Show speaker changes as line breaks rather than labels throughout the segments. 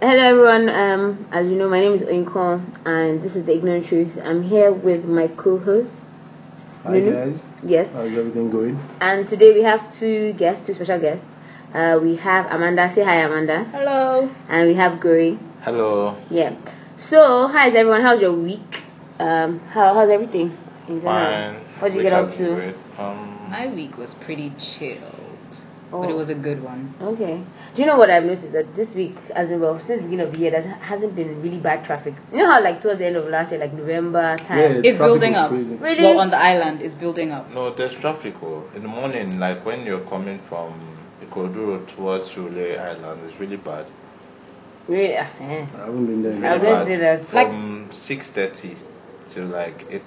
Hello everyone. Um, as you know, my name is Oinko, and this is the Ignorant Truth. I'm here with my co-host.
Hi
Nunu.
guys,
Yes,
how's everything going?
and today we have two guests, two special guests. Uh, we have Amanda. Say hi, Amanda.
Hello.
And we have Guri.
Hello.
Yeah. So, hi everyone. How's your week? Um, how, how's everything in general?
Fine.
What did you get
Wake
up
is
to?
great. Um,
My week was pretty chilled, but
Oh.
it was a good one.
Okay. Do you know what I've noticed that this week, as in well, since the beginning of the year, there hasn't been really bad traffic. You know how like towards the end of last year, like November time.
Yeah,
It's
traffic
building
was
up.
crazy.
Really?
Well, on the island, it's building up.
no, there's traffic. Oh. In the morning, like when you're coming from Ikoduro towards Sule Island, it's really bad.
Really? ah, eh.
I haven't been there. in a
I was
Really
while.
going to
bad.
say that. Like-
From six thirty to like eight,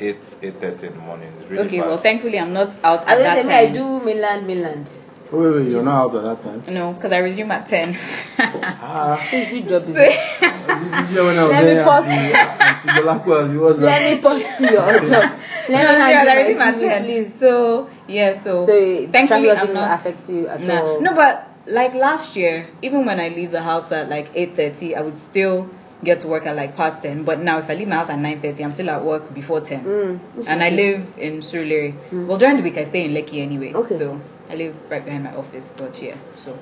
eight, eight thirty in the morning. It's really
Okay,
bad.
well, thankfully, I'm not out at
I was gonna
that
say,
time.
may I do mainland, mainland.
Oh, wait, wait, you're not out at that time.
No, because I resume at 10.
Ah,
Who's we job is
So-
it?
did you hear when I was
Let me
there?
pause.
Auntie, Auntie Dolapo, she was
Let
like,
me post to your job. Let me
I
hand you
resume
my
at
CV,
10.
please.
So, yeah, so,
So
thankfully,
traffic
I'm
doesn't
not.
affect you at
Nah.
all.
No, but like last year, even when I leave the house at like 8.30, I would still get to work at like past 10. But now, if I leave my house at 9.30, I'm still at work before 10.
Mm, which is
and I
good.
live in Surulere. Well, during the week I stay in Lekki anyway.
Okay.
So I live right behind my office, but yeah. So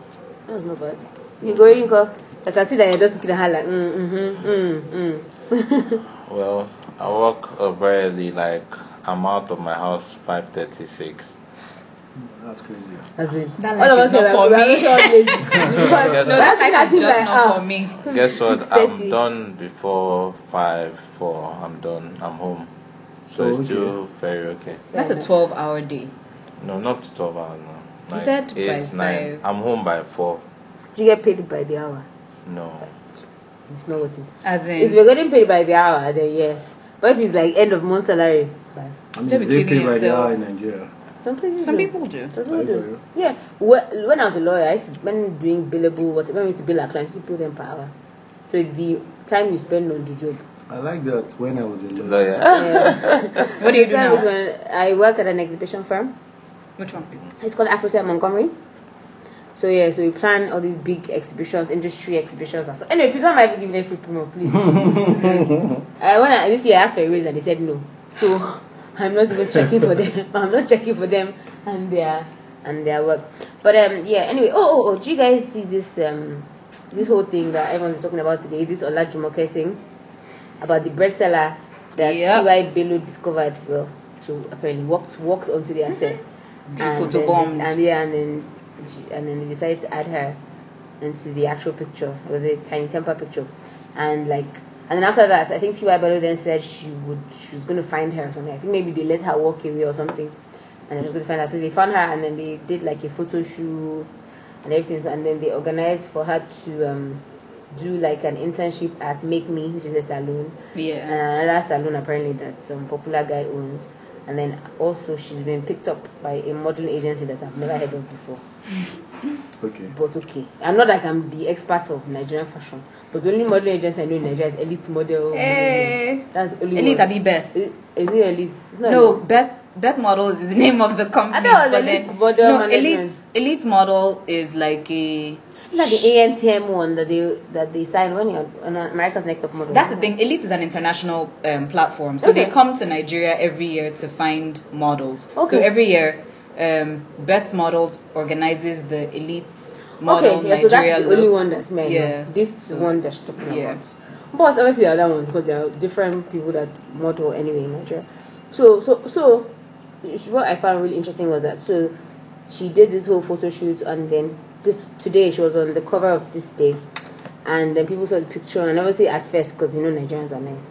That was not bad. You go in, go. Like I see that you're just looking at her like, mm, mm-hmm, mm, mm.
Well, I work uh, very early. Like I'm out of my house five thirty six.
that's crazy.
As in,
That
all of
life
us
is
are like,
not for
we are
me.
also lazy. Because
Yes,
no,
sir.
that thing I
Life is
think
just
like,
not for
ah,
me.
Guess what?
6:30.
I'm done before five, four. I'm done. I'm home. So
Oh,
it's
okay.
still very okay.
That's a twelve hour day.
No, not to twelve hours. No.
You said
eight,
by
nine.
five.
I'm home by four.
do you get paid by the hour?
No,
It's not what it is.
As in
If you're getting paid by the hour, then yes. But if it's like end of month salary, bye.
I mean,
Don't be
they
kidding
pay by the
yourself.
hour in Nigeria.
Some places
some
do.
people do.
Some
Are
people
you for
do.
real?
Yeah. Wh- When I was a lawyer, I used to, when doing billable, what, when we used to bill our clients, we used to bill them per hour. So the time you spend on the job.
I like that when I was in
no,
London.
yeah.
What do you do
That was
now?
when I work at an exhibition firm.
Which one?
It's called AfroCell Montgomery. So yeah, so we plan all these big exhibitions, industry exhibitions and stuff. Anyway, please don't mind me giving them free promo, please. I when I this year I asked for a raise and they said no. So I'm not even checking for them. I'm not checking for them and their and their work. But um yeah, anyway, oh oh, oh do you guys see this um this whole thing that everyone's talking about today, this Olajumoke thing about the bread seller that
Yep.
TY Bello discovered well, she apparently walked walked onto the asset.
People
And
to
then
bond.
this- and yeah, and then she, and then they decided to add her into the actual picture. It was a tiny temper picture, and like and then after that, I think T.Y. Bello then said she would she was gonna find her or something. I think maybe they let her walk away or something, and they was gonna find her. So they found her, and then they did like a photo shoot and everything. So, and then they organized for her to um, do like an internship at Make Me, which is a salon
Yeah.
and another salon apparently that some popular guy owns. And then also she's been picked up by a modeling agency that I've never heard of before.
Okay.
But okay, I'm not like I'm the expert of Nigerian fashion, but the only modeling agency I know in Nigeria is Elite Model.
Hey.
That's the only
Eh. Elite
one.
Abi Beth.
Is is it Elite? It's not
No,
Elite.
Beth Beth Model is the name of the company.
I thought it was
but
Elite
then-
Model
no,
Management.
Elite Elite Model is like a
Like the ANTM one that they that they signed when you're on America's Next Top Model.
That's the thing. Elite is an international um, platform, so
Okay.
they come to Nigeria every year to find models.
Okay.
So every year, um, Beth Models organizes the Elite Model
okay, yeah, so that's
Nigeria
the only
look.
one that's made.
Yeah.
This
So-
one that's talking
Yeah.
about. But obviously the other one because there are different people that model anyway in Nigeria. So so so it's- what I found really interesting was that so she did this whole photo shoot and then this today she was on the cover of this day and then people saw the picture and obviously at first because you know Nigerians are nice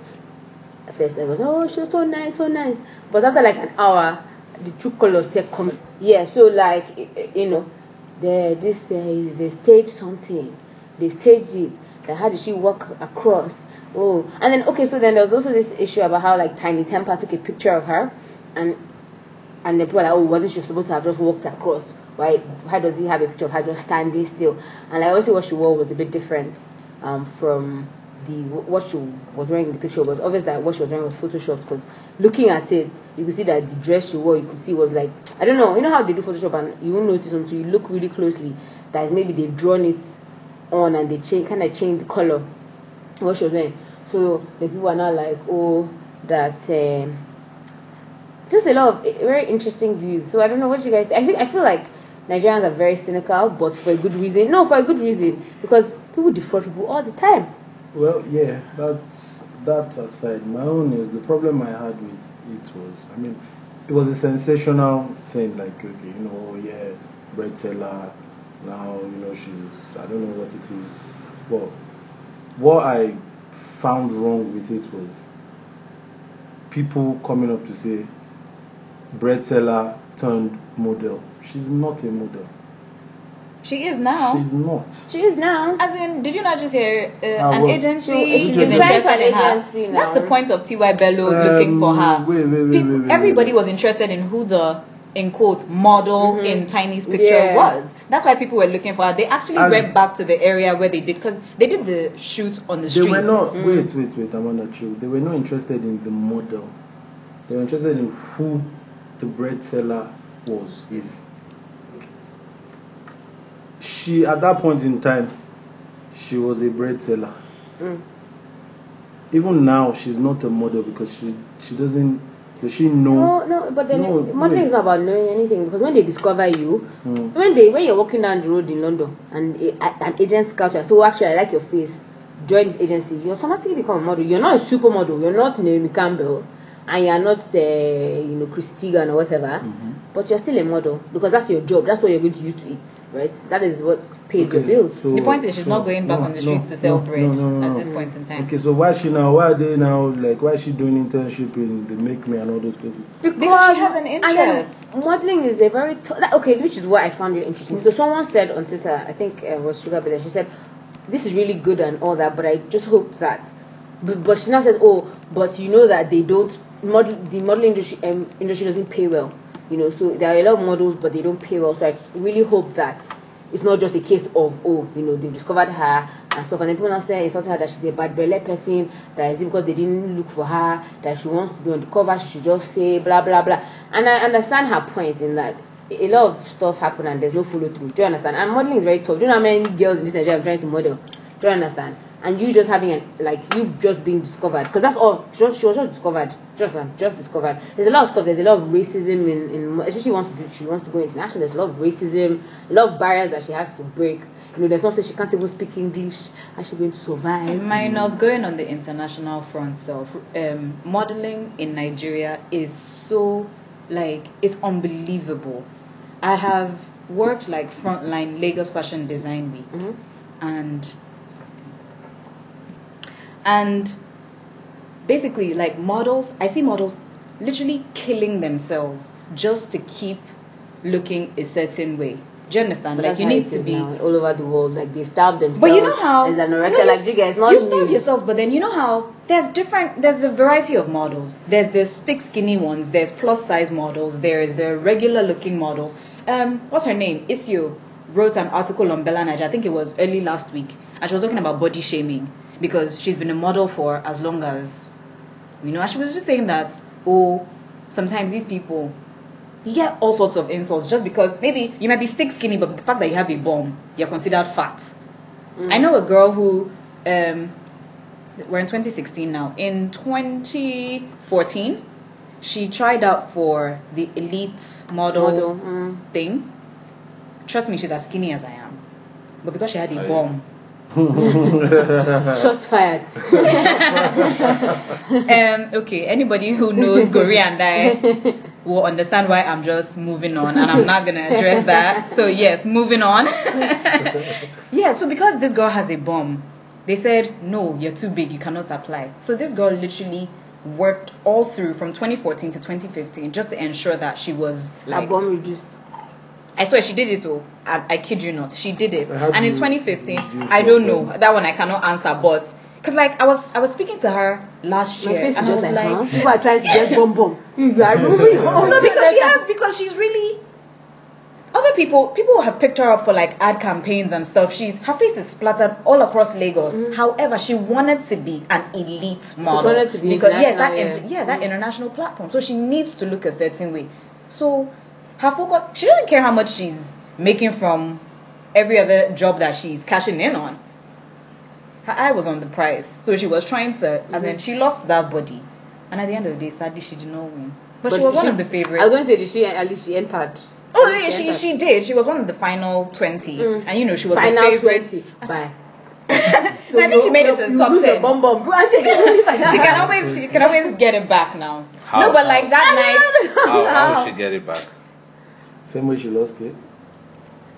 at first I was oh she's so nice so nice but after like an hour the true colors they come yeah so like i- i- you know the this uh, is they staged something they staged it like how did she walk across oh and then okay so then there was also this issue about how like Tiny Temper took a picture of her and and the people are like, oh, wasn't she supposed to have just walked across? Why? Why does he have a picture of her just standing still? And like, obviously, what she wore was a bit different um, from the what she was wearing in the picture. It was obvious that what she was wearing was photoshopped because looking at it, you could see that the dress she wore, you could see was like I don't know. You know how they do Photoshop, and you won't notice until you look really closely that maybe they've drawn it on and they change kind of change the color what she was wearing. So the people are now like, oh, that um, just a lot of eh, very interesting views. So I don't know what you guys. I think I feel like Nigerians are very cynical, but for a good reason. No, for a good reason because people defraud people all the time.
Well, yeah, that's that aside. My own is the problem I had with it was, I mean, it was a sensational thing. Like, okay, you know, oh, yeah, Brett Teller. Now, you know, she's I don't know what it is. Well, what I found wrong with it was people coming up to say Brett Teller turned model. She's not a model.
She is now.
She's not.
She is now.
As in, did you not just hear uh,
Ah,
an
well,
agency?
so
is
she's
interested
applied to an
in her?
agency now.
That's the point of Ty Bello looking for her.
Um, Wait, wait, wait,
Peop-
wait, wait, wait.
everybody was interested in who the in quote model
Mm-hmm.
in Tiny's picture
Yeah.
was. That's why people were looking for her. They actually
As-
went back to the area where they did because they did the shoot on the
They
streets. Mm.
were not. Wait, wait, wait. I'm on the truth. They were not interested in the model. They were interested in who the bread seller was. Is she at that point in time? She was a bread seller.
Mm.
Even now, she's not a model because she she doesn't. Does she
No,
know?
no, but then
No,
it- modeling
wait. Hmm.
is not about knowing anything because when they discover you, when they when you're walking down the road in London and a, a- an agent scouts you and say, "Oh, actually, I like your face. Join this agency." You automatically become a model. You're not a supermodel. You're not Naomi Campbell, and you're not uh, you know Christy Teigen or whatever.
Mm-hmm.
But you're still a model because that's your job. That's what you're going to use to eat, right? That is what pays your bills.
so-
The point is she's not going back
no,
on the
no,
streets to sell
no,
bread
no, no, no,
at
no.
this point in time.
Okay, so why she now? Why are they now like? Why is she doing internship in the Make Me and all those places?
Because she has an
and then
interest.
modeling is a very t- that- okay, which is what I found really interesting. So someone said on Twitter, I think uh, it was Sugar Bella, she said, "This is really good and all that, but I just hope that." But, but she now said, "Oh, but you know that they don't model the modeling industry um, industry doesn't pay well, you know. So there are a lot of models, but they don't pay well. So I really hope that." It's not just a case of oh, you know, they've discovered her and stuff, and then people now say insult her that she's a bad belly person, that is it because they didn't look for her, that she wants to be on the cover, she should just say blah blah blah. And I understand her point in that a lot of stuff happen and there's no follow through. Do you understand? And modeling is very tough. Do you know how many girls in this Nigeria I'm trying to model? Do you understand? And you just having an like you just being discovered because that's all. She was, she was just discovered, just um, just discovered. There's a lot of stuff. There's a lot of racism in, in especially she wants to do, she wants to go international. There's a lot of racism, a lot of barriers that she has to break. You know, there's not say she can't even speak English. How's she going to survive?
Minors going on the international front self. Um, modeling in Nigeria is so like it's unbelievable. I have worked like frontline Lagos Fashion Design Week,
Mm-hmm.
and and basically like models. I see models literally killing themselves just to keep looking a certain way. Do you understand?
But
like
that's
you
how
need
it
to
is
be
now, all over the world. Like they starve themselves.
but you know how
there's anorexia.
no, you
like
s-
you guys, not
you starve
news.
yourselves. But then you know how there's different. There's a variety of models. There's the stick skinny ones. There's plus size models. There is the regular looking models. Um, what's her name? Isio wrote an article on Bella Niger. I think it was early last week, and she was talking about body shaming because she's been a model for as long as you know. And she was just saying that oh, sometimes these people you get all sorts of insults just because maybe you might be stick skinny, but the fact that you have a bomb, you're considered fat. I know a girl who, um, we're in 2016 now. In 2014, she tried out for the elite model,
Model, mm.
thing. Trust me, she's as skinny as I am, but because she had a
Aye.
bomb,
Shots fired.
um, okay, anybody who knows Gori and I will understand why I'm just moving on and I'm not gonna address that. So, yes, moving on. yeah, so because this girl has a bomb, they said, no, you're too big, you cannot apply. So, this girl literally worked all through from 2014 to 2015 just to ensure that she was
Like,
like
bomb reduced.
I swear she did it all. I, I kid you not, she did it.
How
And in
do you-
2015,
do you
I don't
feel
know that one. I cannot answer, but because like I was, I was speaking to her last
My
year,
face
and
is
I was
just like,
like,
huh? People are trying to just bomb bomb. You are moving
oh
on.
no, because she has, because she's really. Other people, people have picked her up for like ad campaigns and stuff. She's her face is splattered all across Lagos. However, she wanted to be an elite model.
Mm. wanted to be
because yes, that
international,
inter- yeah, that international platform. So she needs to look a certain way. So her focus, she doesn't care how much she's making from every other job that she's cashing in on. Her eye was on the prize, so she was trying to. As
Mm-hmm.
in, she lost that body, and at the end of the day, sadly, she did not win. But, she was one of the
I was
favorites.
going to say, did she at least she entered?
Oh
At least
yeah, she
entered.
she did. She was one of the final twenty,
Mm.
and you know she was the
final
favorite.
twenty. Bye.
So I think she made it to the
you
top
lose your
10.
bum bum. Go and take it only
She
final.
can always she can always get it back now.
How?
No, but like that night,
How, how would she get it back?
Same way she lost it.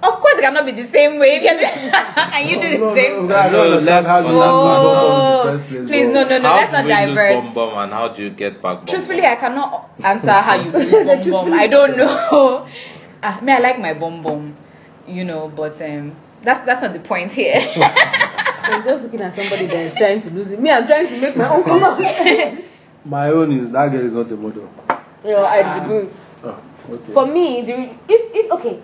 of course it cannot be the same way. If you're doing- and you do the same.
I
No,
don't understand
let's-
how you
no.
lost my ball in
Oh,
the first place.
please
but-
no no no.
how
Let's
do
not
we lose
divert.
bum bum and how do you get back bum
Truthfully,
bum?
I cannot answer how you do bum bum. I don't know. Ah, me, I like my bum bum, you know, but um, that's that's not the point here.
I'm just looking at somebody that is trying to lose it. Me, I'm trying to make my own come out.
My own is that girl is not a model.
you know, I disagree.
Oh, okay.
For me, the, if if okay,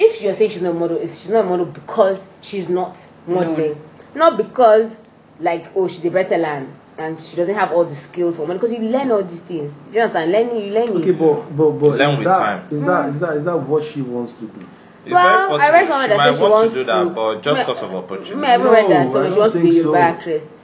if you're saying she's not a model, is she's not a model because she's not modeling, not because like oh she's a better land and she doesn't have all the skills for modeling. Because you learn all these things. Do you understand? Learning, you learn.
okay,
it.
but but but
Learn
is
with
that,
time.
is that is that is that what she wants to do?
It's
well,
very
I read
possible
someone
she
that said
might
she
want
wants
to do that,
to-
but just
Ma-
because of opportunity.
Me, I even read
No, I
that somewhere. She
don't
wants to be a
think
Yoruba
so.
actress.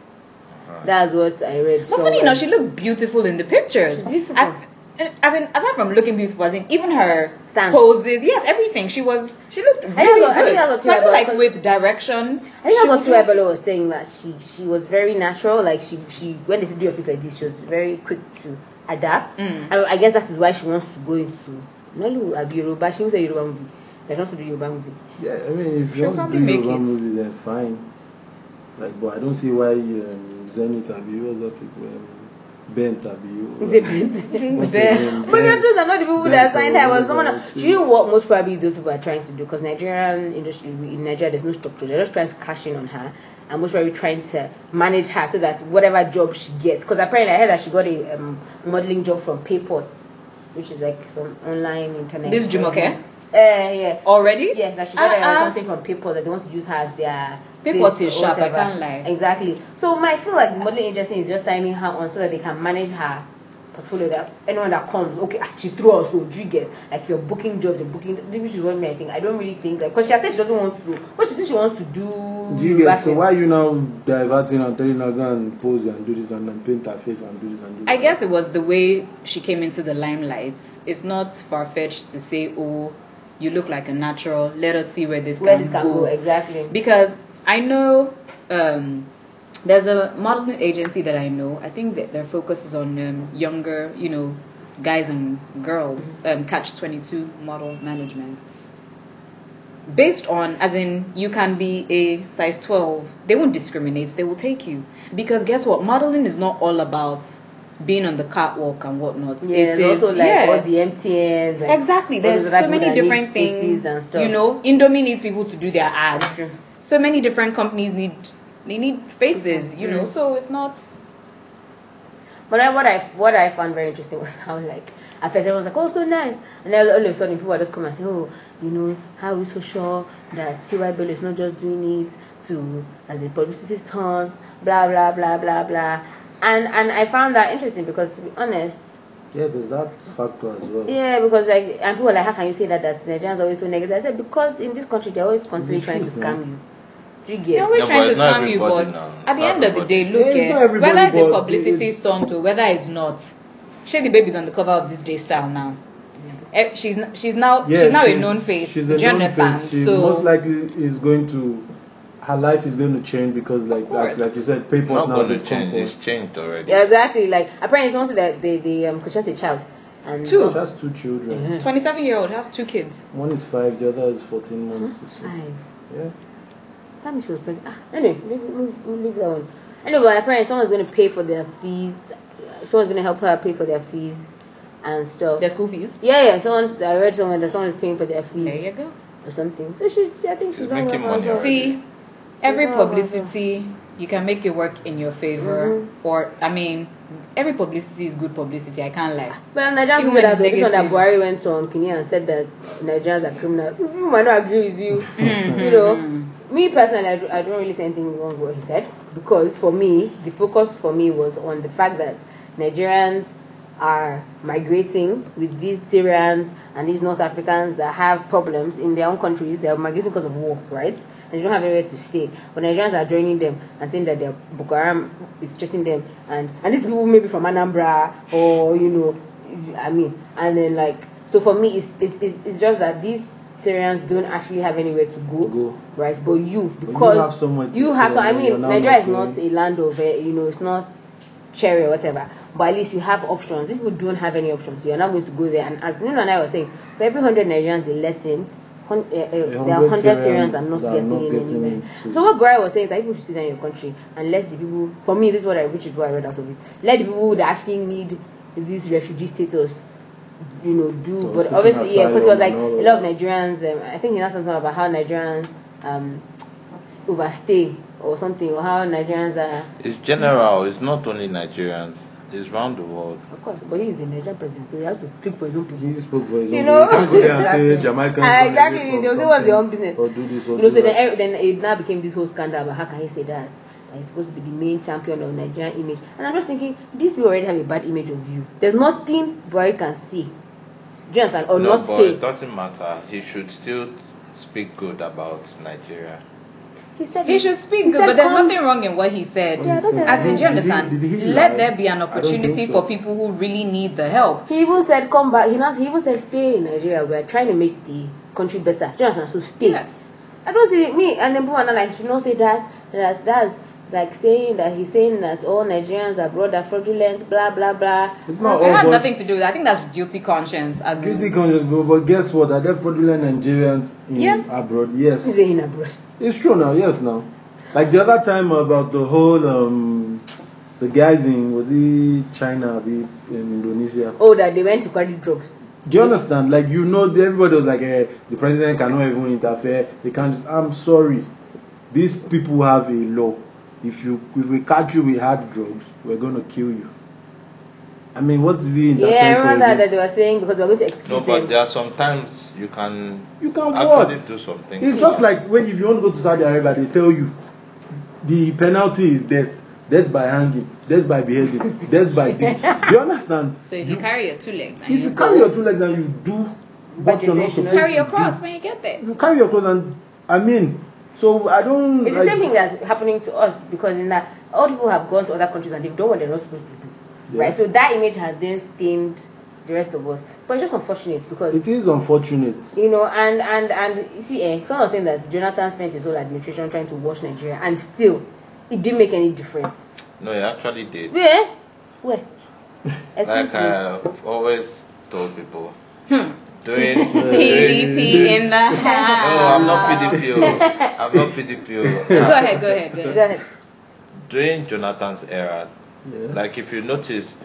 That's what I read.
But funny
somewhere.
enough, she looked beautiful in the pictures.
um, She's beautiful.
As, as in, aside from looking beautiful, as in even her
Stance.
poses, yes, everything. She was, she looked really
that's what- I
good.
think that's what
so I feel
Tiwa-
like with direction,
I think that's what Tuebelo was saying that she she was very natural. Like she she when they said do your face like this, she was very quick to adapt.
Hmm.
And I guess that is why she wants to go into Nollywood, Abi Yoruba. She was a Yoruba movie. They don't want to do Yoruba movie.
Yeah, I mean, if
She'll
you want
probably
to do
make
Yoruba
it.
movie, then fine. Like, but I don't see why um, Zenith Abi, what's that people? Um, Bent Abi.
Is it bad?
What's the
Bent.
name?
But yeah,
Bent.
those are not the people that
Bent or
signed her. It Was
whatever
someone?
that
else.
is.
Do you know what most probably those people are trying to do? Because Nigerian industry in Nigeria, there's no structure. They're just trying to cash in on her, and most probably trying to manage her so that whatever job she gets. Because apparently, I heard that she got a um, modeling job from Payport, which is like some online internet.
This Jumoke?
Uh, yeah.
already,
Yeah, that she got uh,
Uh-uh.
something from people that they want to use her as their
People
face
say
or
sharp, I
whatever.
can't lie.
Exactly. So my, I feel like the modeling agency is just signing her on so that they can manage her portfolio. That anyone that comes, okay, ah, she's through us, so do you get like if you're booking jobs, you're booking. This is what me I think. I don't really think like because she has said she doesn't want to. What she says she wants to do.
Do you get so
acting.
why you now diverting and telling her go and pose and do this and then paint her face and do this and do that?
I guess it was the way she came into the limelight. It's not far fetched to say, oh, you look like a natural. Let us see where this
Where
can
this can go exactly?
because I know um, there's a modeling agency that I know. I think that their focus is on um, younger, you know, guys and girls. Um, Catch twenty two model management. Based on, as in, you can be a size 12. They won't discriminate, they will take you. Because guess what? Modeling is not all about being on the catwalk and whatnot.
Yeah,
It
there's
is-
also like
yeah.
all the MTNs. Like,
Exactly.
all
There's
those other people
so many
that need
different things.
faces and stuff. Ah,
You know, Indomie needs people to do their ads.
True.
So many different companies need they need faces. You know, so it's not.
But I, what I what I found very interesting was how like at first everyone was like, oh, so nice, and then all of a sudden people are just come and say, oh, you know, how are we so sure that Ty Bell is not just doing it to as a publicity stunt, blah blah blah blah blah, and and I found that interesting because to be honest,
Yeah, there's that factor as well.
yeah, because like and people are like, how can you say that that Nigerians are always so negative? I said because in this country they're always constantly
It's the
trying to
truth,
scam
man.
you. Do you
They're
get?
always
Yeah,
trying
but
to
it's not
scam you,
everybody
but
now.
at
It's
the
not
end of the day, look,
Yeah, it's
eh,
not everybody,
whether it's a
but
publicity
it's-
stunt or whether it's not, Shady Baby's on the cover of this day style now. Eh, She's n- she's now she's now a known face.
She's a
Do you
known
understand?
face. She
so
most likely is going to her life is going to change because like like,
course.
like you said, PayPal
not
now
going to
they've come
change.
for.
It's changed already.
Yeah, exactly. Like apparently someone said that they they um, cause she has a child and
Two.
She has two children.
Mm-hmm.
twenty seven year old has two kids.
One is five, the other is fourteen months. or so.
Five.
Yeah.
That means she was pregnant. Ah, anyway, leave, move, move- leave that one. Anyway, but apparently someone's going to pay for their fees. Someone's going to help her pay for their fees and stuff.
Their school fees.
yeah, yeah. Someone's. I read somewhere that someone's paying for their fees
There you go.
or something. So she's. I think she's
She's
done well
making
for
money
herself.
already.
See, every
Yeah, well,
publicity you can make it work in your favor,
Mm-hmm.
or I mean, every publicity is good publicity. I can't lie.
Well, Nigerian
Even
people
when
that
it's
this one that
negative.
Buhari went on Kenya and said that Nigerians are criminals. You might not agree with you.
Hmm.
you know, me personally, I, do, I don't really say anything wrong with what he said because for me, the focus for me was on the fact that Nigerians are migrating with these Syrians and these North Africans that have problems in their own countries. They are migrating because of war, right? And you don't have anywhere to stay. But Nigerians are joining them and saying that their Boko Haram is chasing them, and and these people maybe from Anambra or you know, I mean, and then like so for me, it's it's it's, it's just that these. Syrians don't actually have anywhere to go,
Go.
right? But you,
you
because
have somewhere to
you have
stay
some- I
and you're
mean,
now
Nigeria is
not
not a land of, eh, you know, it's not cherry or whatever. But at least you have options. These people don't have any options. You're not going to go there. And as Nuno and I were saying, for every 100 Nigerians they let in, hun- eh, eh, there are
100
100 Syrians that are not
that are
getting
not
in
getting
anywhere.
in
So what Brian was saying is that people should sit down in your country and let the people, for me, this is what I, which is what I read out of it, let the people that actually need this refugee status you know, do,
Or
but
seeking
obviously, yeah, because it was like
asylum
a
and all
lot of
of
Nigerians. Um, I think you know something about how Nigerians um, s- overstay or something, or how Nigerians are,
It's general. It's not only Nigerians. It's round the world.
of course, but he is the Nigerian president, so he has to speak for his own people.
He spoke for his
You
own
know?
people. Go there and
Exactly.
say Jamaican.
Ah,
got
exactly.
away from
They'll say what's their own
something,
business.
Or do this or
You know,
do
so
that.
then, eh, then it now became this whole scandal about how can he say that? That he's supposed to be the main champion of Nigerian image. And I'm just thinking, these people already have a bad image of you. There's nothing Buhari can say. Do you understand? Or
no,
Oh, not
but
say.
it doesn't matter. He should still speak good about Nigeria.
He said
He should speak
he
good,
said
but there's
con-
nothing wrong in what he said.
Yeah, I don't think
As in, do
Did
you
he-
understand?
did he
Let
lie?
there be an
I don't think
opportunity
so.
for people who really need the help.
He even said, "Come back." He, not, he even said, "Stay in Nigeria. We are trying to make the country better." Do you understand? So stay.
Yes.
I don't see me and Nebu and I should not say that. That that's like saying that he's saying that all Nigerians abroad are fraudulent. Blah blah blah.
It's not
it had
all. But
nothing to do with that. I think that's guilty conscience. As in-
guilty conscience. But, but guess what? Are there fraudulent Nigerians in
Yes.
abroad?
He's
Yes.
saying abroad.
It's true now. Yes, now. Like the other time about the whole um, the guys in was it China, the in Indonesia.
Oh, that they went to carry drugs.
Do you understand? Like you know, everybody was like, eh, the president cannot even interfere. They can't. Just, I'm sorry. These people have a law. If you if we catch you with hard drugs, we're gonna kill you. I mean, what is he
Yeah,
interfering
I
for?
remember that,
again?
that they were saying because they were going to
No,
excuse
but
them.
there are sometimes you can
You can
actually
what?
do something.
It's just like when if you want to go to Saudi Arabia, they tell you the penalty is death. Death by hanging, death by beheading, death by this. Do you understand?
so if you carry your two legs, and
If you carry your two legs and you do what
they
you're
say
not
you should
supposed
not-
carry your
to do,
cross when you get there.
you carry your clothes and I mean, so I don't.
It's the
like,
same thing that's happening to us because in that all people have gone to other countries and they've done what they're not supposed to do.
Yeah.
Right. So that image has then stained the rest of us. But it's just unfortunate because
It is unfortunate.
you know and and and you see eh, someone was saying that jonathan spent his whole administration trying to wash nigeria and still it didn't make any difference
No, it actually did.
where where Explain
Like uh,
to me.
I've always told people,
Hmm.
doing.
PDP in the
No,
Ah.
house.
I'm not PDP. oh. I'm not PDP.
Go
oh.
ahead, go ahead, go
Go
ahead.
ahead.
During Jonathan's era, like if you notice,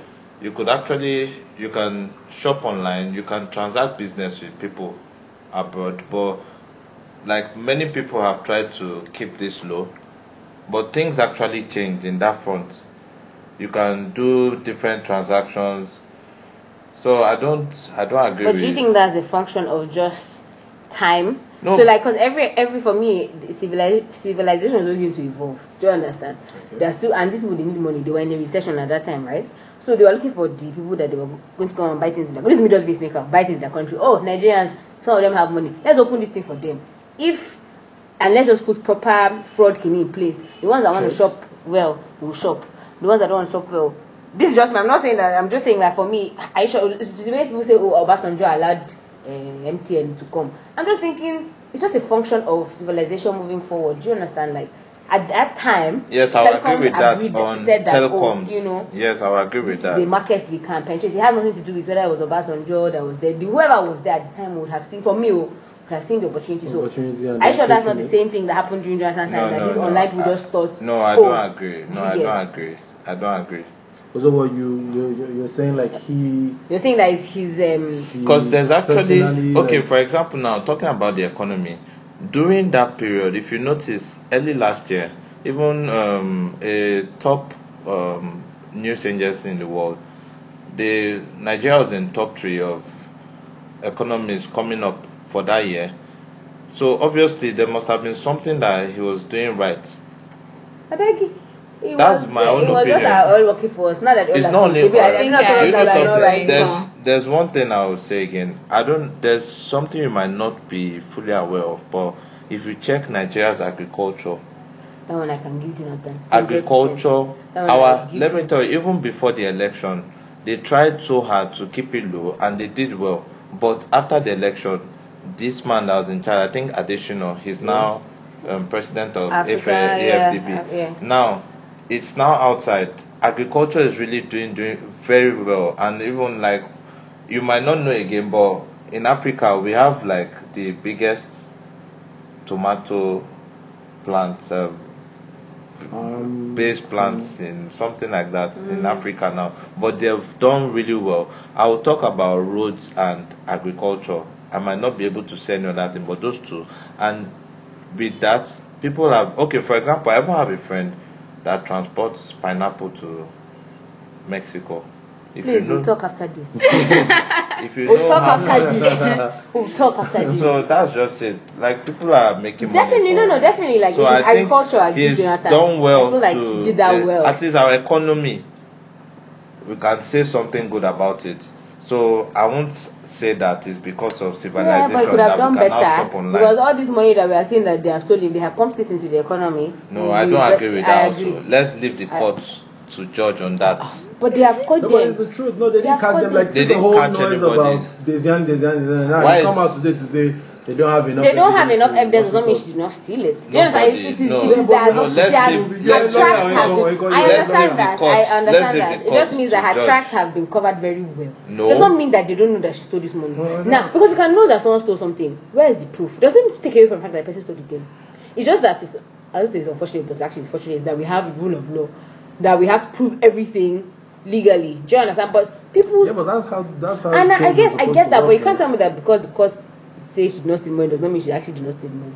you could actually you can shop online, you can transact business with people abroad, but like many people have tried to keep this low, but things actually changed in that front. You can do different transactions. So I don't I don't agree
but
with
do you think that's a function of just time
No.
so like because every every for me civili- civilization is only going to evolve do you understand There's still and these people they need money they were in a recession at that time right so they were looking for the people that they were going to come and buy things in their country let me just be a sneaker buy things in their country oh nigerians some of them have money let's open this thing for them if and let's just put proper fraud kini in place the ones that want to
Checks.
shop well will shop the ones that don't want to shop well this is just my i'm not saying that i'm just saying that for me i sure it's the way people say oh obasanjo allowed uh, mtn to come i'm just thinking it's just a function of civilization moving forward do you understand like at that time
Yes, I will
telecoms
agree with that
agreed-
on
said that, oh,
telecoms.
you know
yes, I will agree
this
with
is the
that.
markets we can penetrate. It had nothing to do with whether it was Obasanjo that was there. The- Whoever was there at the time would have seen, for me, oh, would have seen the opportunity. So,
Opportunity and
I sure that's not
taking
the
it.
same thing that happened during Jonathan's time.
No,
that
no,
these
no.
online people
I-
just thought.
No, I
oh,
don't agree. No,
you
I
get.
don't agree. I don't agree.
Also, what you you you- you're saying like he
You're saying that it's his. Um,
Because there's actually
personally,
okay.
like-
For example, now talking about the economy, during that period, if you notice, early last year, even um, a top um, news agency in the world, the Nigeria was in top three of economies coming up for that year. So obviously, there must have been something that he was doing right.
I beg you. It
That's
was,
my
uh,
own
It was just
opinion.
our own working for us. Not that all
it's
are
not
so
only
cheap.
for
I
us.
did not
Yeah,
tell
you
us
know
that we are not
something?
right.
There's there's one thing I would say again. I don't. There's something you might not be fully aware of, but if you check Nigeria's agriculture,
That one I can give Jonathan. 100%.
agriculture,
That one I
our
give
let me tell you, even before the election, they tried so hard to keep it low, and they did well. But after the election, this man that was in charge, I think additional, he's now um, president of E
Africa,
AFA,
yeah,
AFDB.
uh, yeah.
Now, it's now outside. Agriculture is really doing doing very well, and even like you might not know again, but in Africa we have like the biggest tomato plants, um,
Um,
base plants in something like that in
Mm.
Africa now, but they've done really well. I will talk about roads and agriculture. I might not be able to say any other thing, but those two. And with that, people have okay. For example, I even have a friend that transports pineapple to Mexico. If
Please,
you know,
we'll talk after this.
if you
We'll
know
talk
how-
after this. We'll talk after this.
so that's just it. Like people are making money
Definitely, no,
from
no,
it.
definitely, like,
so
it is
I think
agriculture, I give
he's
Jonathan.
done well.
I feel like
to-
he did that
uh,
well.
At least our economy, we can say something good about it. So I won't s- say that it's because of
Yeah,
civilization
but it could have
that
done
we can now shop
better
online.
because all this money that we are seeing that they have stolen, they have pumped it into the economy.
no,
We-
I
we-
don't
but-
agree with
I
that.
agree. Oh.
Also, let's leave the courts to judge on that.
But they have caught
No, but it's
them.
the truth. No, they
They have
didn't catch
caught
them. Like,
it.
They
see the
didn't
whole
catch
noise
anybody.
about Desian, Desian, Desian. Now
Why
they
is-
come out today to say they don't have enough
They don't have enough
to
evidence, doesn't mean she
prosecute.
did not steal it. Do you understand?
Nobody,
It is,
no.
it is
Yeah,
but
that
we
have
she had
to
her
leave- let's
tracks
leave-
have been.
let's leave
I
the
understand that. I
courts- let's
understand that.
leave the
It just
courts
means
to
that her
judge.
tracks have been covered very well.
No.
Does not mean that they don't know that she stole this money.
No, I know.
now, because you can know that someone stole something, where is the proof? Doesn't take away from the fact that the person stole the thing. It's just that it's, I don't say it's unfortunate, but actually it's fortunate that we have rule of law, that we have to prove everything legally. Do you understand? But people
Yeah, but that's how. That's how.
and
things
I, I
are
guess I
supposed
get
to
that, but
work,
you can't
yeah.
tell me that because because say she did not steal money does not mean she actually did not steal money.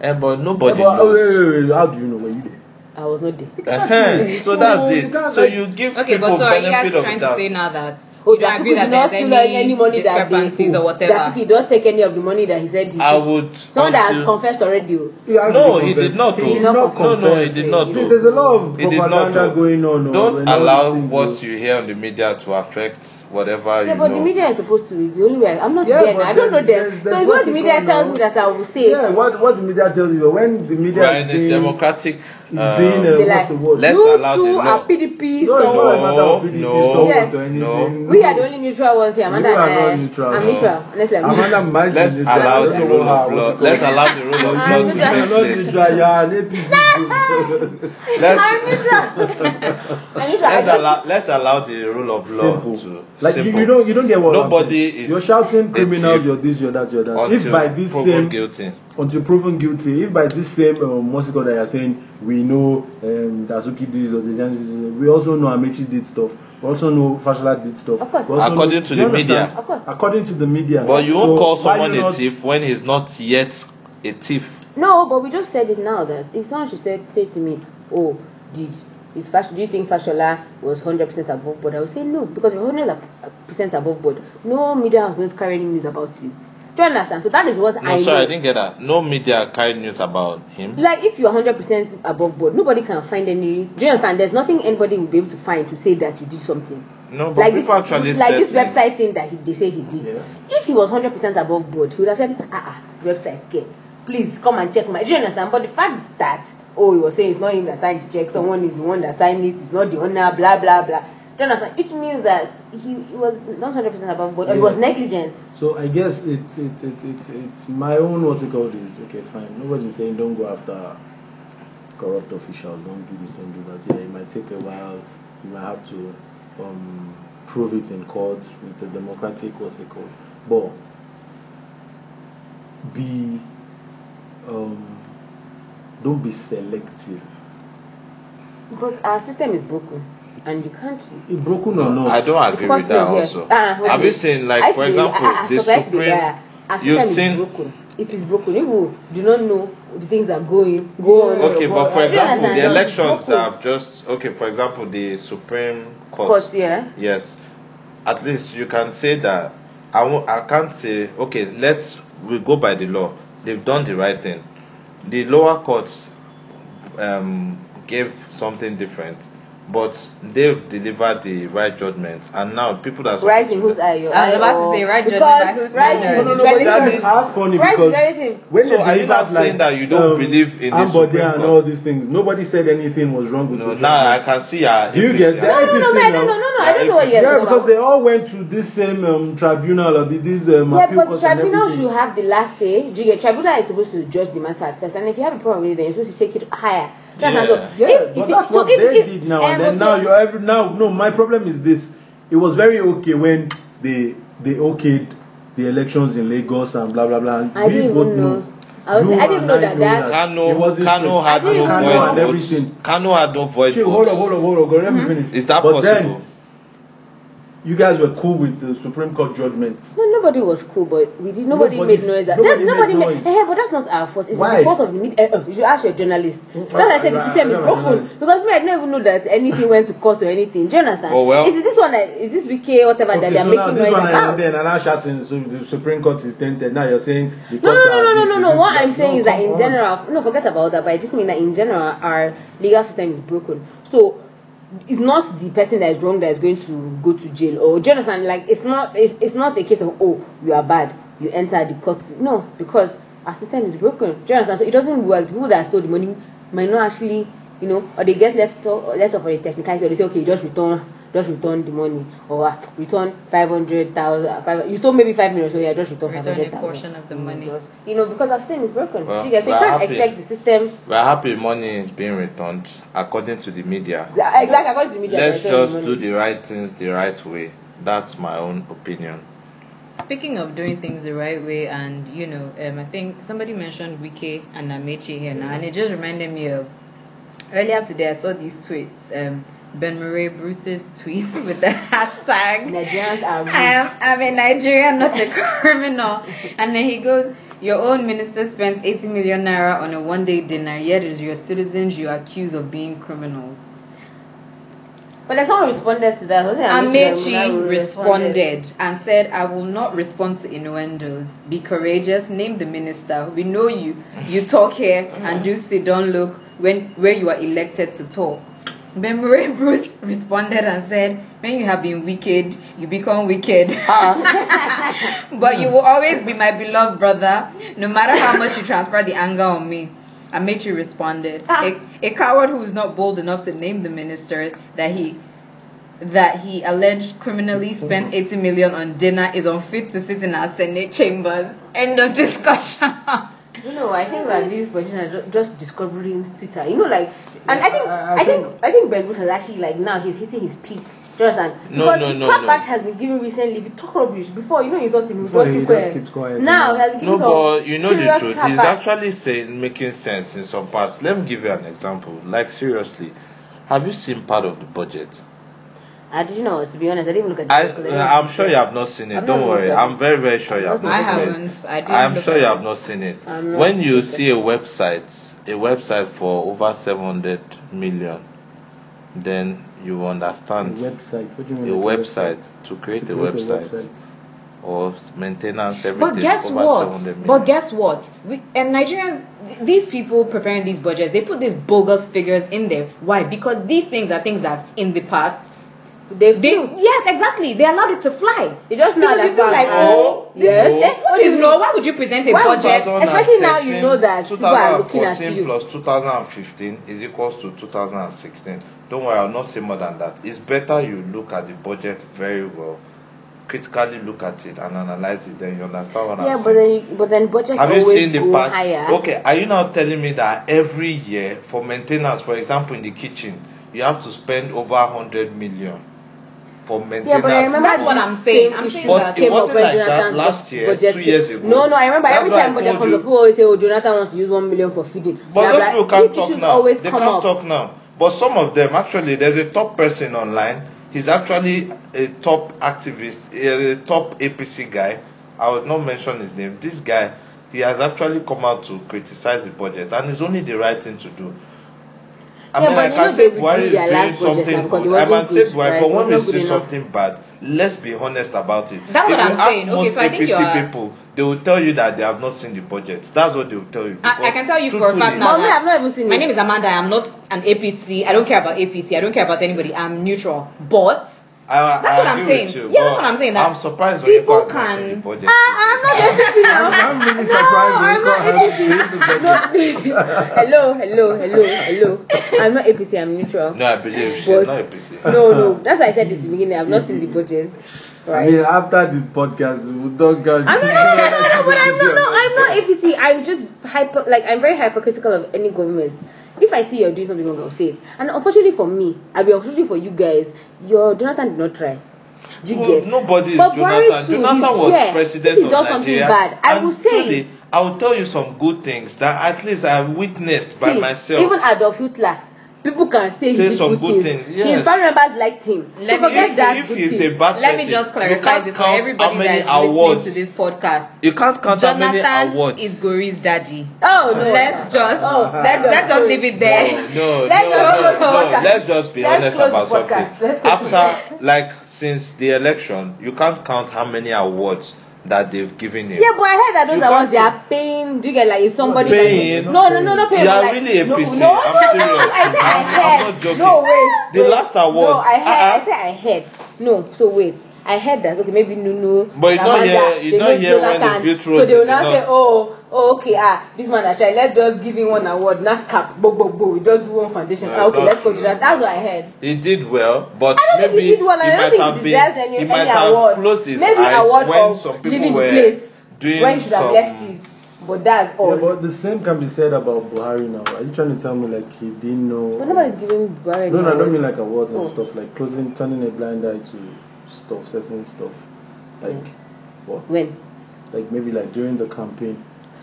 Eh, but
Yeah,
nobody
but uh,
knows.
wait, wait, wait, how do you know where you there?
I was not there.
Eh-heh. So
So
that's
you
it.
can't,
So
like-
you give
Okay,
people
but so are you guys
benefit of
trying to
doubt.
say now that
Oh,
you don't
Dasuki
agree
did not
that there's
steal any,
any
money that they
discrepancies or whatever?
Dasuki don't take any of the money that he said he
I
took.
would
Someone that has
until-
confessed already. oh.
You have
No,
to
he
confess.
did not.
He
did
did
not
not
confess.
confess.
No, no, he did not.
See, there's a lot of
It did not
propaganda
do.
going on. oh,
Don't
when all
allow
these things
what
are-
you hear on the media to affect whatever
Yeah,
you
but
know.
the media is supposed to. It's the only way. I'm not
Yeah,
there.
but
now. I don't know
there's-
them.
there's- there's
so it's what the
nothing
media
going
tells
on.
me that I will say.
Yeah, what what the media tells you, but when the
We are
media
in
is
a
being,
democratic.
is
uh,
being uh,
They
what's
like,
the word?
Let's
you
allow
two
the
are
law."
PDP
No, it's not a
stalwarts.
matter of
No,
PDP
no,
stalwarts or anything.
no.
We are the only neutral ones here. Amanda,
You are not
eh,
neutral.
I'm
No.
neutral. Honestly, I'm neutral.
Amanda might be
Let's
neutral.
allow
I
the
don't
rule
know how
of
I
law.
want to
Let's
call it.
allow the rule of
I'm
law to
neutral.
You're
take
not
place.
neutral. You are an APC. group.
Let's
I'm neutral. I'm neutral. I
let's
just
allow let's allow the rule of law
simple.
to
Like you,
simple.
you don't you don't get what
Nobody
I'm saying.
is
you're shouting
thief
criminals. You're this. You're that. You're that. If
until
by this
proven
same
guilty.
until proven guilty, if by this same um, what's it called that you're saying we know um, Dazuki did or the this, we also know Amechi did stuff. We also know Fashola did stuff.
Of course.
We also
According to
you
the
understand?
media.
Of course.
According to the media.
But you won't
So
call
why
someone
you
a
not-
thief when he's not yet a thief.
No, but we just said it now that if someone should say, say to me, oh, did is fashion, do you think Fashola was 100% above board? I would say no, because if you're 100% above board, no media has not carried any news about you. Do you understand? So that is what
No,
I
sorry, I
know.
didn't get that. No media carried news about him.
Like if you're 100% above board, nobody can find any. Do you understand? There's nothing anybody will be able to find to say that you did something.
No, but
like this,
people actually
like
said
this
to me-
website thing that he, they say he did.
Yeah.
If he was 100% above board, he would have said, ah, ah website care. Please come and check my. Do you understand? But the fact that, oh, he was saying it's not him that signed the check, someone is the one that signed it, it's not the owner, blah, blah, blah. Do you understand? It means that he, he was not 100% above board, or he
Yeah.
was negligent.
So I guess it's it's it's it's it's my own what's it called is okay fine. Nobody's saying don't go after corrupt officials, don't do this, don't do that. Yeah, it might take a while, you might have to um, prove it in court. It's a democratic what's it called. But be um, don't be selective.
But our system is broken, and you can't
It broken or not.
I don't agree
Because
with that
no, yeah.
also.
Ah,
Uh-uh, wait,
Have you
wait.
seen
I Ah,
like for
feel-
example
I- I- I
the
suspect they
Supreme
are. Our
you've
system is
seen-
broken. It is broken. People do not know the things that are going go on.
Okay, but for
Do you
example
understand?
the
It's
elections
broken.
have just okay, for example the Supreme
Court, yeah.
Yes. At least you can say that I won't, I can't say okay, let's we go by the law. They've done the right thing. The lower courts um, gave something different, but they've delivered the right judgment, and now people that
Right in whose eye? Your
I was
eye
about to
or-
say, right judgment
because
by whose
right
standards?
is
No, no, no, but
relative.
that is half funny
Right
because
is relative.
when
So
they
are you
delivered,
not saying
like,
that you don't believe in the
Ambode
Supreme
um, and
Court?
all these things? Nobody said anything was wrong with
No,
the
now I
judgment.
can see her.
Do you
APC.
get that?
No, no, no, no, I don't know. No, no, I don't know what you're
Yeah,
talking
because
about.
they all went to this same um, tribunal, or this um,
Yeah,
appeal
but the
court and
tribunal
everything.
should have the last say. Do you get tribunal is supposed to judge the matter at first, and if you have a problem with it, then you're supposed to take it higher. That's
Yeah.
not so.
Yeah,
If-
but
if-
that's
so
what
if-
they
if-
did now.
um,
and then
so-
now you're every now. No, my problem is this. It was very okay when they they okayed the elections in Lagos and blah blah blah.
I didn't
both
even know. I was- I didn't
and
know that that-
It
Kano,
wasn't
Kano
straight.
had
I didn't
Kano
no
and
void votes.
everything.
Kano had no void
Chill, hold on,
votes.
hold on, hold on. Go, Let
Mm-hmm.
me finish.
Is that
but
possible?
Then, you guys were cool with the Supreme Court judgment.
No, nobody was cool, but we did. Nobody
Nobody's-
made noise. That,
nobody
that's, nobody
made
made.
noise.
Eh, but that's not our fault. It's
Why?
the fault of the media. Uh, you should ask your journalist.
Mm,
That's why I said
I-
the
I-
system
I
is
don't have a
broken
journalist.
because me, I don't even know that anything went to court or anything. Do you understand?
Oh, well.
Is it this one? That, is this wiki whatever that they are
so now
making
this
noise
one
about?
and then and now shouting so the Supreme Court is tainted. Now you're saying the
No,
courts
no, no, no,
are
no,
this,
no,
this,
no. What
that.
I'm saying
No,
is that
come
in
on.
general, no, forget about that. But I just mean that in general, our legal system is broken. So it's not the person that is wrong that is going to go to jail. Or do you understand? Like it's not, it's, it's not a case of oh you are bad, you enter the court. No, because our system is broken. Do you understand? So it doesn't work. The people that stole the money might not actually, you know, or they get left off, left off for a technicality. Or they say okay, just return. Just return the money or uh, return 500,000. Five, you stole maybe 5 million, so yeah, just return
Return a
500,000.
portion of the money.
Just- you know, because our system is broken.
Well,
Do you get- so you
we're
can't
happy.
expect the system
We're happy money is being returned according to the media.
exactly according to the media.
Let's
they're returning
just
money.
do the right things the right way. That's my own opinion.
Speaking of doing things the right way, and you know, um, I think somebody mentioned Wike and Amechi here now, and it just reminded me of earlier today. I saw these tweets. Um, ben Murray Bruce's tweets with the hashtag
Nigerians are
I
rude.
am I'm a Nigerian, not a criminal. And then he goes, Your own minister spends 80 million naira on a one day dinner, yet it is your citizens you accuse of being criminals.
But like someone responded to that. Wasn't it
Amechi responded and said, I will not respond to innuendos. Be courageous, name the minister. We know you. You talk here and do sit down look when where you are elected to talk. Memory Bruce responded and said, When you have been wicked, you become wicked. but you will always be my beloved brother, no matter how much you transfer the anger on me. Amechi responded, a, a coward who is not bold enough to name the minister that he that he alleged criminally spent 80 million on dinner is unfit to sit in our Senate chambers. End of discussion.
You know, I think that this position are ju- just discovering Twitter. You know, like, and I think,
I-
I,
I
think,
think-
I think Ben Bruce has actually like now he's hitting his peak. Do you understand?
No,
because
no,
the
no,
clap
no.
back has been given recently. If you talk rubbish before, you know, you insult him. You
Before
just
he
keep
just
quiet.
keeps quiet,
Now,
yeah.
he has given
No,
some
but you know the
serious
truth.
clap
He's
back.
actually saying making sense in some parts. Let me give you an example. Like seriously, have you seen part of the budget?
I didn't know. To be honest, I didn't look at. the
I,
news 'cause I
uh,
didn't-
I'm sure you have not seen it.
I've not
Don't
looked
worry.
at
I'm
it.
very, very sure you
I've
have
not
not seen
looked
at
it.
it. I haven't. I didn't
I'm
look
sure
at
you
it.
have not seen it.
I'm not
When you
looking at
see a website, a website for over 700 million, then you
A
understand.
website. What do you
A
mean? like
website to create,
To
a,
create a
website,
website.
or s- maintenance everything.
But guess
over
what?
700
But
million.
guess what? We, and Nigerians, th- these people preparing these budgets, they put these bogus figures in there. Why? Because these things are things that in the past,
They
they
flew.
yes, exactly, they allowed it to fly.
You just know that
Because you feel
bag,
like,
uh,
oh,
yes.
no.
Eh,
What is no? Why would you present a
Why would
budget?
you- especially now you know that people are looking at
2014
you.
plus 2015 is equals to 2016. Don't worry, I'll not say more than that. It's better you look at the budget very well, critically look at it and analyze it. Then you understand what
Yeah,
I'm
but
saying.
then you, but then budgets
Have you
always
seen the
go
part?
higher.
Okay, are you now telling me that every year for maintenance, for example, in the kitchen, you have to spend over 100 million for maintenance?
Yeah, but I remember
That's what
this
I'm saying.
same
I'm
issue
saying
But
that
it
came up
wasn't
when
like that
Jonathan's
last year,
budget
two years
came-
ago.
No, no, I remember
That's
every
why I
time budget
told
comes
you.
up, people always say, "Oh, Jonathan wants to use one million for feeding."
But
Blah,
those
blah.
people can't
These
talk
issues
now.
always
they
come
can't
up.
talk now. But some of them actually, there's a top person online. He's actually a top activist, a top APC guy. I would not mention his name. This guy, he has actually come out to criticize the budget, and it's only the right thing to do. I
Yeah,
mean,
but
I
you
can
know
say
they
Buhari
withdrew
is
their
doing
last budget now
something
because it
good. I can
wasn't
say
good,
Buhari,
right?
but
It
when
was
we
not good
see
enough.
something bad, let's be honest about it.
That's what
If you
I'm
ask
saying. Okay,
most
so I think
APC
you are-
people, they will tell you that they have not seen the budget. That's what they will tell you.
I- I
because
can tell you for a fact
truthfully,
now
But me,
that-
I've not even seen
My
it.
name is Amanda. I'm not an APC. I don't care about APC. I don't care about anybody. I'm neutral. But
I, I
That's what I'm
agree with
saying.
You,
Yeah, that's
but
what I'm saying, that
I'm surprised when you
people
guys not seen the
can- Ah,
budget.
I'm, I'm really surprised
I'm
you
not
can't have seen the budget.
No, see. hello, hello, hello, hello. I'm not APC, I'm neutral.
no, I believe she's
But-
not APC.
No, no. That's why I said at the beginning. I've not seen the budget.
I
Right.
mean, after the podcast, we don't go.
I'm not, no, no, no, no, no, but I'm not, no, I'm not APC. I'm just hyper, like, I'm very hypercritical of any government. If I see you're doing something wrong, I'll say it. And unfortunately for me, I'll be unfortunately for you guys, your Jonathan did not try. Do you
Well,
get?
Nobody is
But Buhari
Jonathan.
too,
Jonathan
he's
was
here.
president
If he's
of
done something
Nigeria.
bad, I
and
will say
truly,
it.
I will tell you some good things that at least I have witnessed by
See,
myself.
Even Adolf Hitler, people can say,
Say
he did
some
good,
good
things.
things, yes.
His family members liked him.
Let
so
me-
forget
if-
that
if
good
he's
thing.
a bad
let
person,
me just
you
clarify
can't
this for
count
everybody
how many
that is
awards.
listening to this podcast.
You can't count how many
Jonathan
awards.
is Gori's daddy.
Oh no!
let's just
Oh,
let's,
no.
let's just leave it there.
No, no,
Let's
no,
just close the
no, no,
podcast.
Let's just be
Let's
honest
close
about
the podcast.
something.
Let's close the-
After, like, since the election, you can't count how many awards that they've given him.
Yeah, but I heard that those
You
awards
can't-
they are paying. Do you get like it's somebody that-
Paying.
No, no, no, not paying.
You
but
are
like,
really a
no, No,
PC.
no,
I'm
no, no,
serious.
I said I
I'm-
heard.
I'm not joking.
No, wait.
The
wait.
last awards.
No, I heard.
Uh-uh.
I said I heard. No, so wait. I heard that okay, maybe Nunu,
But you don't hear-
Ramada,
you
they
don't
know
hear when they
Jonathan,
built
so
roads
they will
in the
now say,
north.
oh, oh, okay, ah, this man has tried. Let's just give him one award, NASCAP, bo bo bo. We just do one foundation.
No,
Ah, okay,
that's
let's go
true.
to that. That's what I heard.
He did well, but
I don't think
maybe
he did well, and I don't
might
think he
have been-
deserves any-
he
any
might have
award.
Closed his
Maybe
eyes
award
when
of
some people
leaving the
were
place
doing
when he should have
some-
left it. But that's all.
Yeah, but the same can be said about Buhari now. Are you trying to tell me like he didn't know?
But nobody's giving Buhari any
No, no, I don't
awards.
mean like awards and
Oh.
stuff. Like closing, turning a blind eye to stuff, certain stuff. Like what?
When?
Like maybe like during the campaign.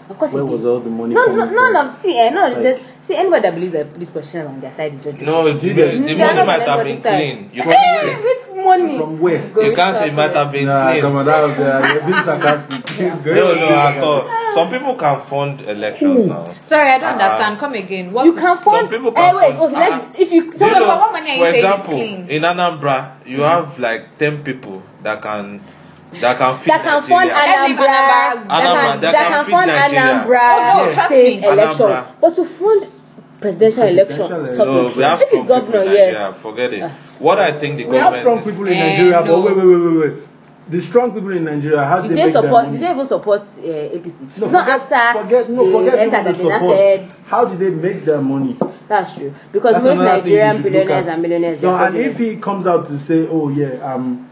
Of course
Where
it
was
is.
all the money
No,
coming
no,
from?
none of see, eh, no,
Like-
the, see anybody that believes that this politicians are on their side is just joking.
No, the,
Did they?
the,
They
the
are
money
not
might
on
have
anybody's
been
side.
clean. You can't
Eh,
say.
which money?
From where?
Go
You can't say it
research
might
it.
have been
Nah,
clean.
come on, that was uh, you're being sarcastic.
No, no, at all. Some people can fund elections
Who?
now.
Sorry, I don't
Uh-huh.
understand. Come again. What
You can
Some
fund.
people
eh,
can
wait,
fund.
okay, let's,
Ah.
if you.
Do you
Someone,
But
know,
what money are you
for
saying is
example,
clean?
in Anambra, you
Hmm.
have like ten people that can that can feed
that can fund
Nigeria.
Let's
Anambra.
leave Anambra.
That can,
Anambra, that
that
can
can
feed
fund
Nigeria.
Anambra
Oh, no, trust
state
me.
election.
Anambra.
But to fund presidential election,
Presidential
stop
no,
it.
we have
If
strong
it's governor,
people in
yes. Uh,
Nigeria. Forget it. What I think the
We have
government
strong people in
Eh,
Nigeria,
no.
but wait, wait, wait, wait, wait. The strong people in Nigeria, how do
Did
they
they
make their
support?
money?
Did they even support uh, APC?
No,
it's not
forget-
after
forget, no,
they
forget
entered that they
people
now
that support.
said
How do they make their money?
That's true. Because
That's
most
another thing you
Nigerian
should look
billionaires
at.
and millionaires, they're
No, and if
fraudulent.
he comes out to say, "Oh yeah, I'm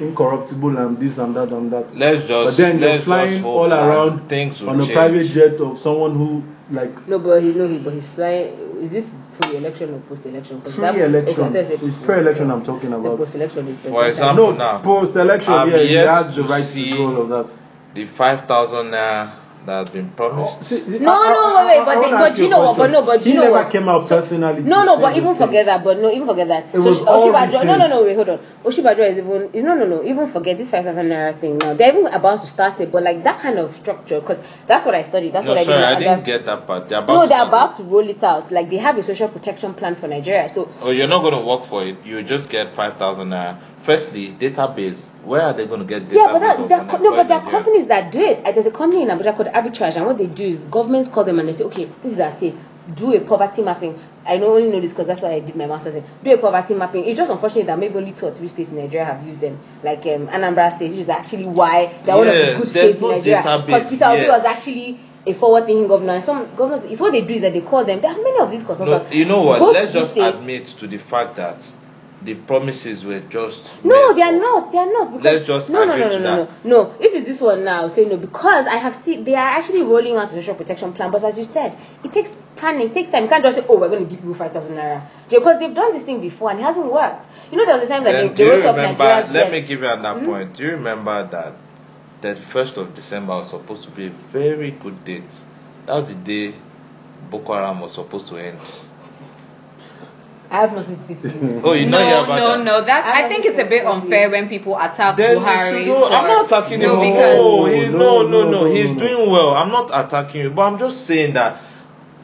incorruptible, I'm this, I'm that, I'm that,"
Let's just
but then you're
let's just
flying
hope
all
that
around
things will
on a
change.
private jet of someone who, like,
No, but he's no, he, but he's flying. Is this pre-election or post-election? 'Cause that- okay, I
pre-election.
thought said
it's
post-
pre-election I'm talking
I said
about.
post-election is
For
presidential.
example,
No,
now
post-election.
I'm
yeah, he
yet
has the
to
right to
see-
do all of that.
the five thousand naira that has been
Oh,
promised.
No, no, wait, wait, but they- but you know what, but no, but you
he
know
never
what?
came out personally.
No,
to
no,
say
but
those
even forget
things.
that. But no, even forget that.
It was
Sh-
all
Oshibajo, no,
written.
no, no, wait, hold on. Oh, Oshibajo is even. is- No, no, no. Even forget this five thousand naira thing. Now they're even about to start it, but like that kind of structure, because that's what I studied. That's
No,
what I
sorry,
did.
I
my
didn't
undergrad.
get that part. They're about
no,
to
they're
start.
about to roll it out. Like they have a social protection plan for Nigeria. So
Oh, you're not going to work for it. You just get five thousand naira. Firstly, database. Where are they going to get database?
yeah, but that,
of
that co- no,
unemployed
but there are
Nigerians?
companies that do it. Uh, There's a company in Abuja called Arbitrage, and what they do is governments call them and they say, okay, this is our state. Do a poverty mapping. I don't only know this because that's what I did my master's in. Do a poverty mapping. It's just unfortunate that maybe only two or three states in Nigeria have used them, like um, Anambra State, which is actually why they're one of the
Yes,
good
there's
states
no
in Nigeria.
database
Because Peter Obi
yet.
was actually a forward-thinking governor. And some governors, it's what they do is that they call them. There are many of these consultants.
No, you know what?
Go
Let's
to the
just
state.
admit to the fact that the promises were just
No,
made
they are
up.
not. They are not. Because
Let's just
no, no,
agree
no,
to
no, no,
that.
no, no. If it's this one now, I'll say no because I have seen they are actually rolling out the social protection plan. But as you said, it takes planning, it takes time. You can't just say, oh, we're going to give people five thousand naira because they've done this thing before and it hasn't worked. You know, there was a time that
Then
they,
do
they
you
wrote off
remember?
Nigeria's
Let
debt. Hmm?
me give you another point. Do you remember that thirty first of December was supposed to be a very good date? That was the day Boko Haram was supposed to end.
I have nothing to do. with it.
Oh, you know you
no,
about
no,
that.
no. That's. I,
I
think it's a bit unfair when people attack
Then you
Buhari.
should know. I'm
for-
not attacking
no,
him. Oh.
because
No,
No, he- no, no, no,
no, no,
He's
no, no.
doing well. I'm not attacking you, but I'm just saying that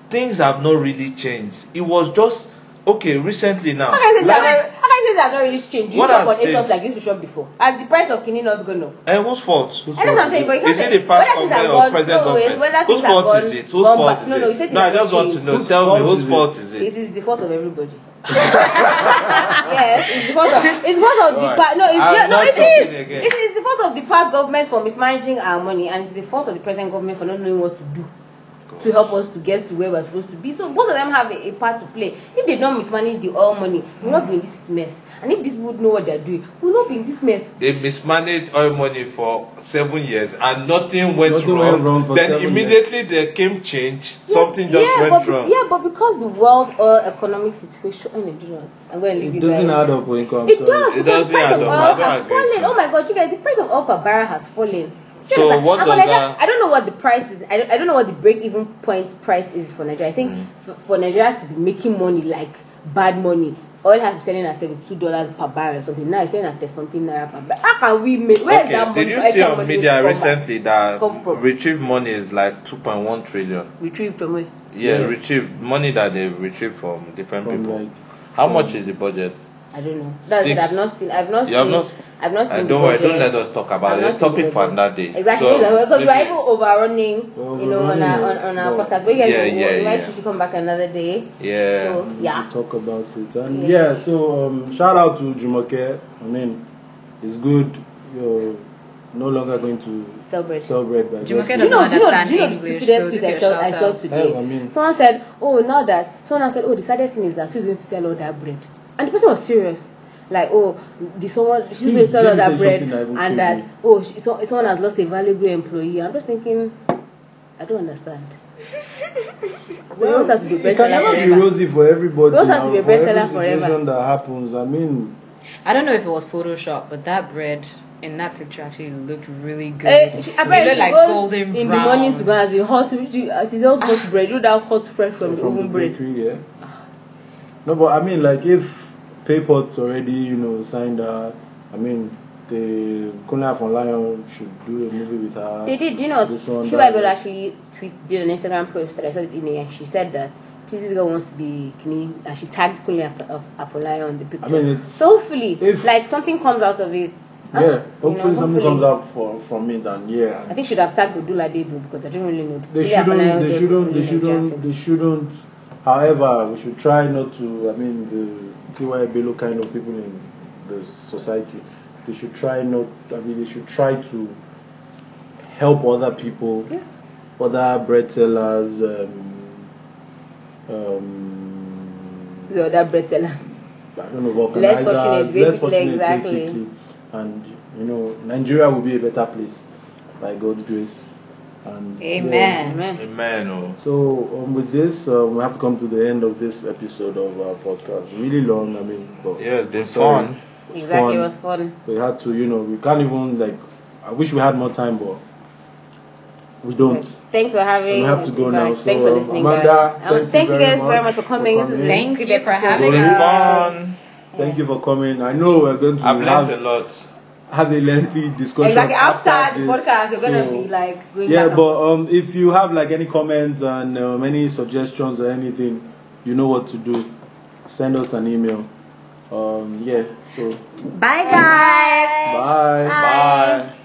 things have not really changed. It was just okay, recently now.
How can I say
like-
that? How can I say that I've not really changed? You
What
shop
has
on A shops
changed?
like you used to shop before. At the price of kidney not gonna.
And eh, whose fault?
I know what I'm saying, but you can't
Is
say
it the past
whether things have
government
gone
or present
no, it's
government?
whether
Whose
things have
fault is
gone
it? Whose
gone
fault
back.
is
No, no, he said
it?
it
No, I
hasn't
just want to
changed.
know.
Whose
Tell me,
fault is
whose
it?
fault is
It
it?
is the fault of everybody. yes, it's the fault of it's the fault of the
Alright.
part. No, it's,
I'm
yeah, no,
not
it
talking
is.
again.
It is the fault of the past government for mismanaging our money, and it's the fault of the present government for not knowing what to do to help us to get to where we're supposed to be. So both of them have a, a part to play. If they don't mismanage the oil money, we'll not be in this mess. And if these people know what they're doing, we'll not be in this mess.
They mismanaged oil money for seven years and nothing went
Nothing
wrong.
went wrong for
then
seven
immediately there came change.
Yeah,
Something just
yeah,
went
but,
wrong.
Yeah, but because the world oil economic situation, I mean, do not. I'm going to leave
It
you
doesn't
guys.
add up when it comes
It does because the
It doesn't
price
add
of
up.
oil
I don't
has
agree
fallen.
to
Oh my god, you guys, the price of oil per barrel has fallen. Do you
So
understand?
what
And for
does
Nigeria,
that-
I don't know what the price is. I don't, I don't know what the break even point price is for Nigeria. I think
Mm.
for, for Nigeria to be making money like bad money, oil has been selling at seventy two dollars per barrel or something. Now it's selling at 10 something naira per barrel. How can we make? Where is that
Okay,
money?
did you
for
see
extra
on
money
media
to come back?
recently that
come from?
retrieved money is like 2.1 trillion?
Retrieved from where?
Yeah,
Yeah.
retrieved money that they retrieved from different
From
people.
like-
How much is the budget?
I don't know. That's it.
Six.
I've not seen. I've not
You
seen.
have not-
I've not seen.
And
the
don't worry, don't
budget.
let us talk about
I've
it.
not
It's
seen the
topic for
budget.
another day.
Exactly,
So,
because we are
maybe-
even overrunning, you know, on our on, on our
Overrunning.
podcast. But you guys,
Yeah,
will-
yeah,
you guys
yeah.
should come back another day.
Yeah.
So
We
yeah.
should talk about it. And
Yeah.
yeah, so um, shout out to Jumoke. I mean, it's good you're no longer going to
Celebrate.
celebrate by just-
Jumoke
Do you know, do you know,
understand
do you know the
English,
stupidest
so
tweet
this
I
is
saw,
your
I
shout
saw
out.
today?
Yeah, I mean-
Someone said, oh, now that, someone said, oh, the saddest thing is that who's going to sell all that bread? And the person was serious. Like, oh, the someone, she's going to
Please,
sell all
let me
that
tell you
bread.
something that even
and
killed
that,
me.
oh, she, so, someone has lost a valuable employee. I'm just thinking, I don't understand. so you don't have to be
it
bread
can
seller
never be
forever.
rosy for everybody.
We want us to
and
be a
for every
bestseller forever.
situation that happens, I mean,
I don't know if it was Photoshop, but that bread in that picture actually looked really good.
Eh, she,
It
apparently
looked
she
like
goes
golden
in
brown.
the morning to go as in hot, she, uh, she sells hot bread, do that hot fresh from, the
from the
oven bread.
bakery, yeah. No, but I mean, like if Paypot's already, you know, signed her, I mean, the Kuna von Lion should do a movie with her.
They did, you know.
This one,
Tiwa
that
Bell
one.
actually tweet, did an Instagram post that I saw this evening, and she said that this girl wants to be kidney, and she tagged Kunle Af- Af- Afolai on the picture.
mean, it's-
so hopefully,
if-
like something comes out of it. Huh? Ah,
Yeah,
You know,
hopefully something comes up for, from me then, yeah.
I think she'd have tagged Odula Debo because I don't really know.
they
Kunle
shouldn't
Afolayan
they
does
shouldn't they
Nigerian
shouldn't
films.
they shouldn't however we should try not to i mean the ty below kind of people in the society they should try not i mean they should try to help other people other bread sellers um, um,
The other bread sellers.
I don't know, organizers,
fortunate,
less
basically,
fortunate,
exactly.
basically. And, you know, Nigeria will be a better place by God's grace. And yeah.
Amen.
Amen.
Amen. oh.
So um, with this, um, we have to come to the end of this episode of our podcast. Really long, I mean, but
Yeah, it's been
sorry.
fun.
Exactly, it
Fun.
was fun.
We had to, you know, we can't even like. I wish we had more time, but we don't.
Thanks for having.
We have to go now, so,
Thanks for
um,
listening,
Amanda,
guys. Um,
thank you
thank you
very
guys very much
much
for coming.
for
This is
coming.
a
Thank
good
you for
episode.
having
It's been
us.
fun.
Thank you for coming. I know we're going to
I've learned a
have,
lot.
have a lengthy discussion
Exactly. After, the
this,
podcast, you're gonna
so-
be like going
Yeah,
back and
but um, if you have like any comments and um, any suggestions or anything, you know what to do. Send us an email. Um, yeah. So
Bye, guys.
bye.
Bye.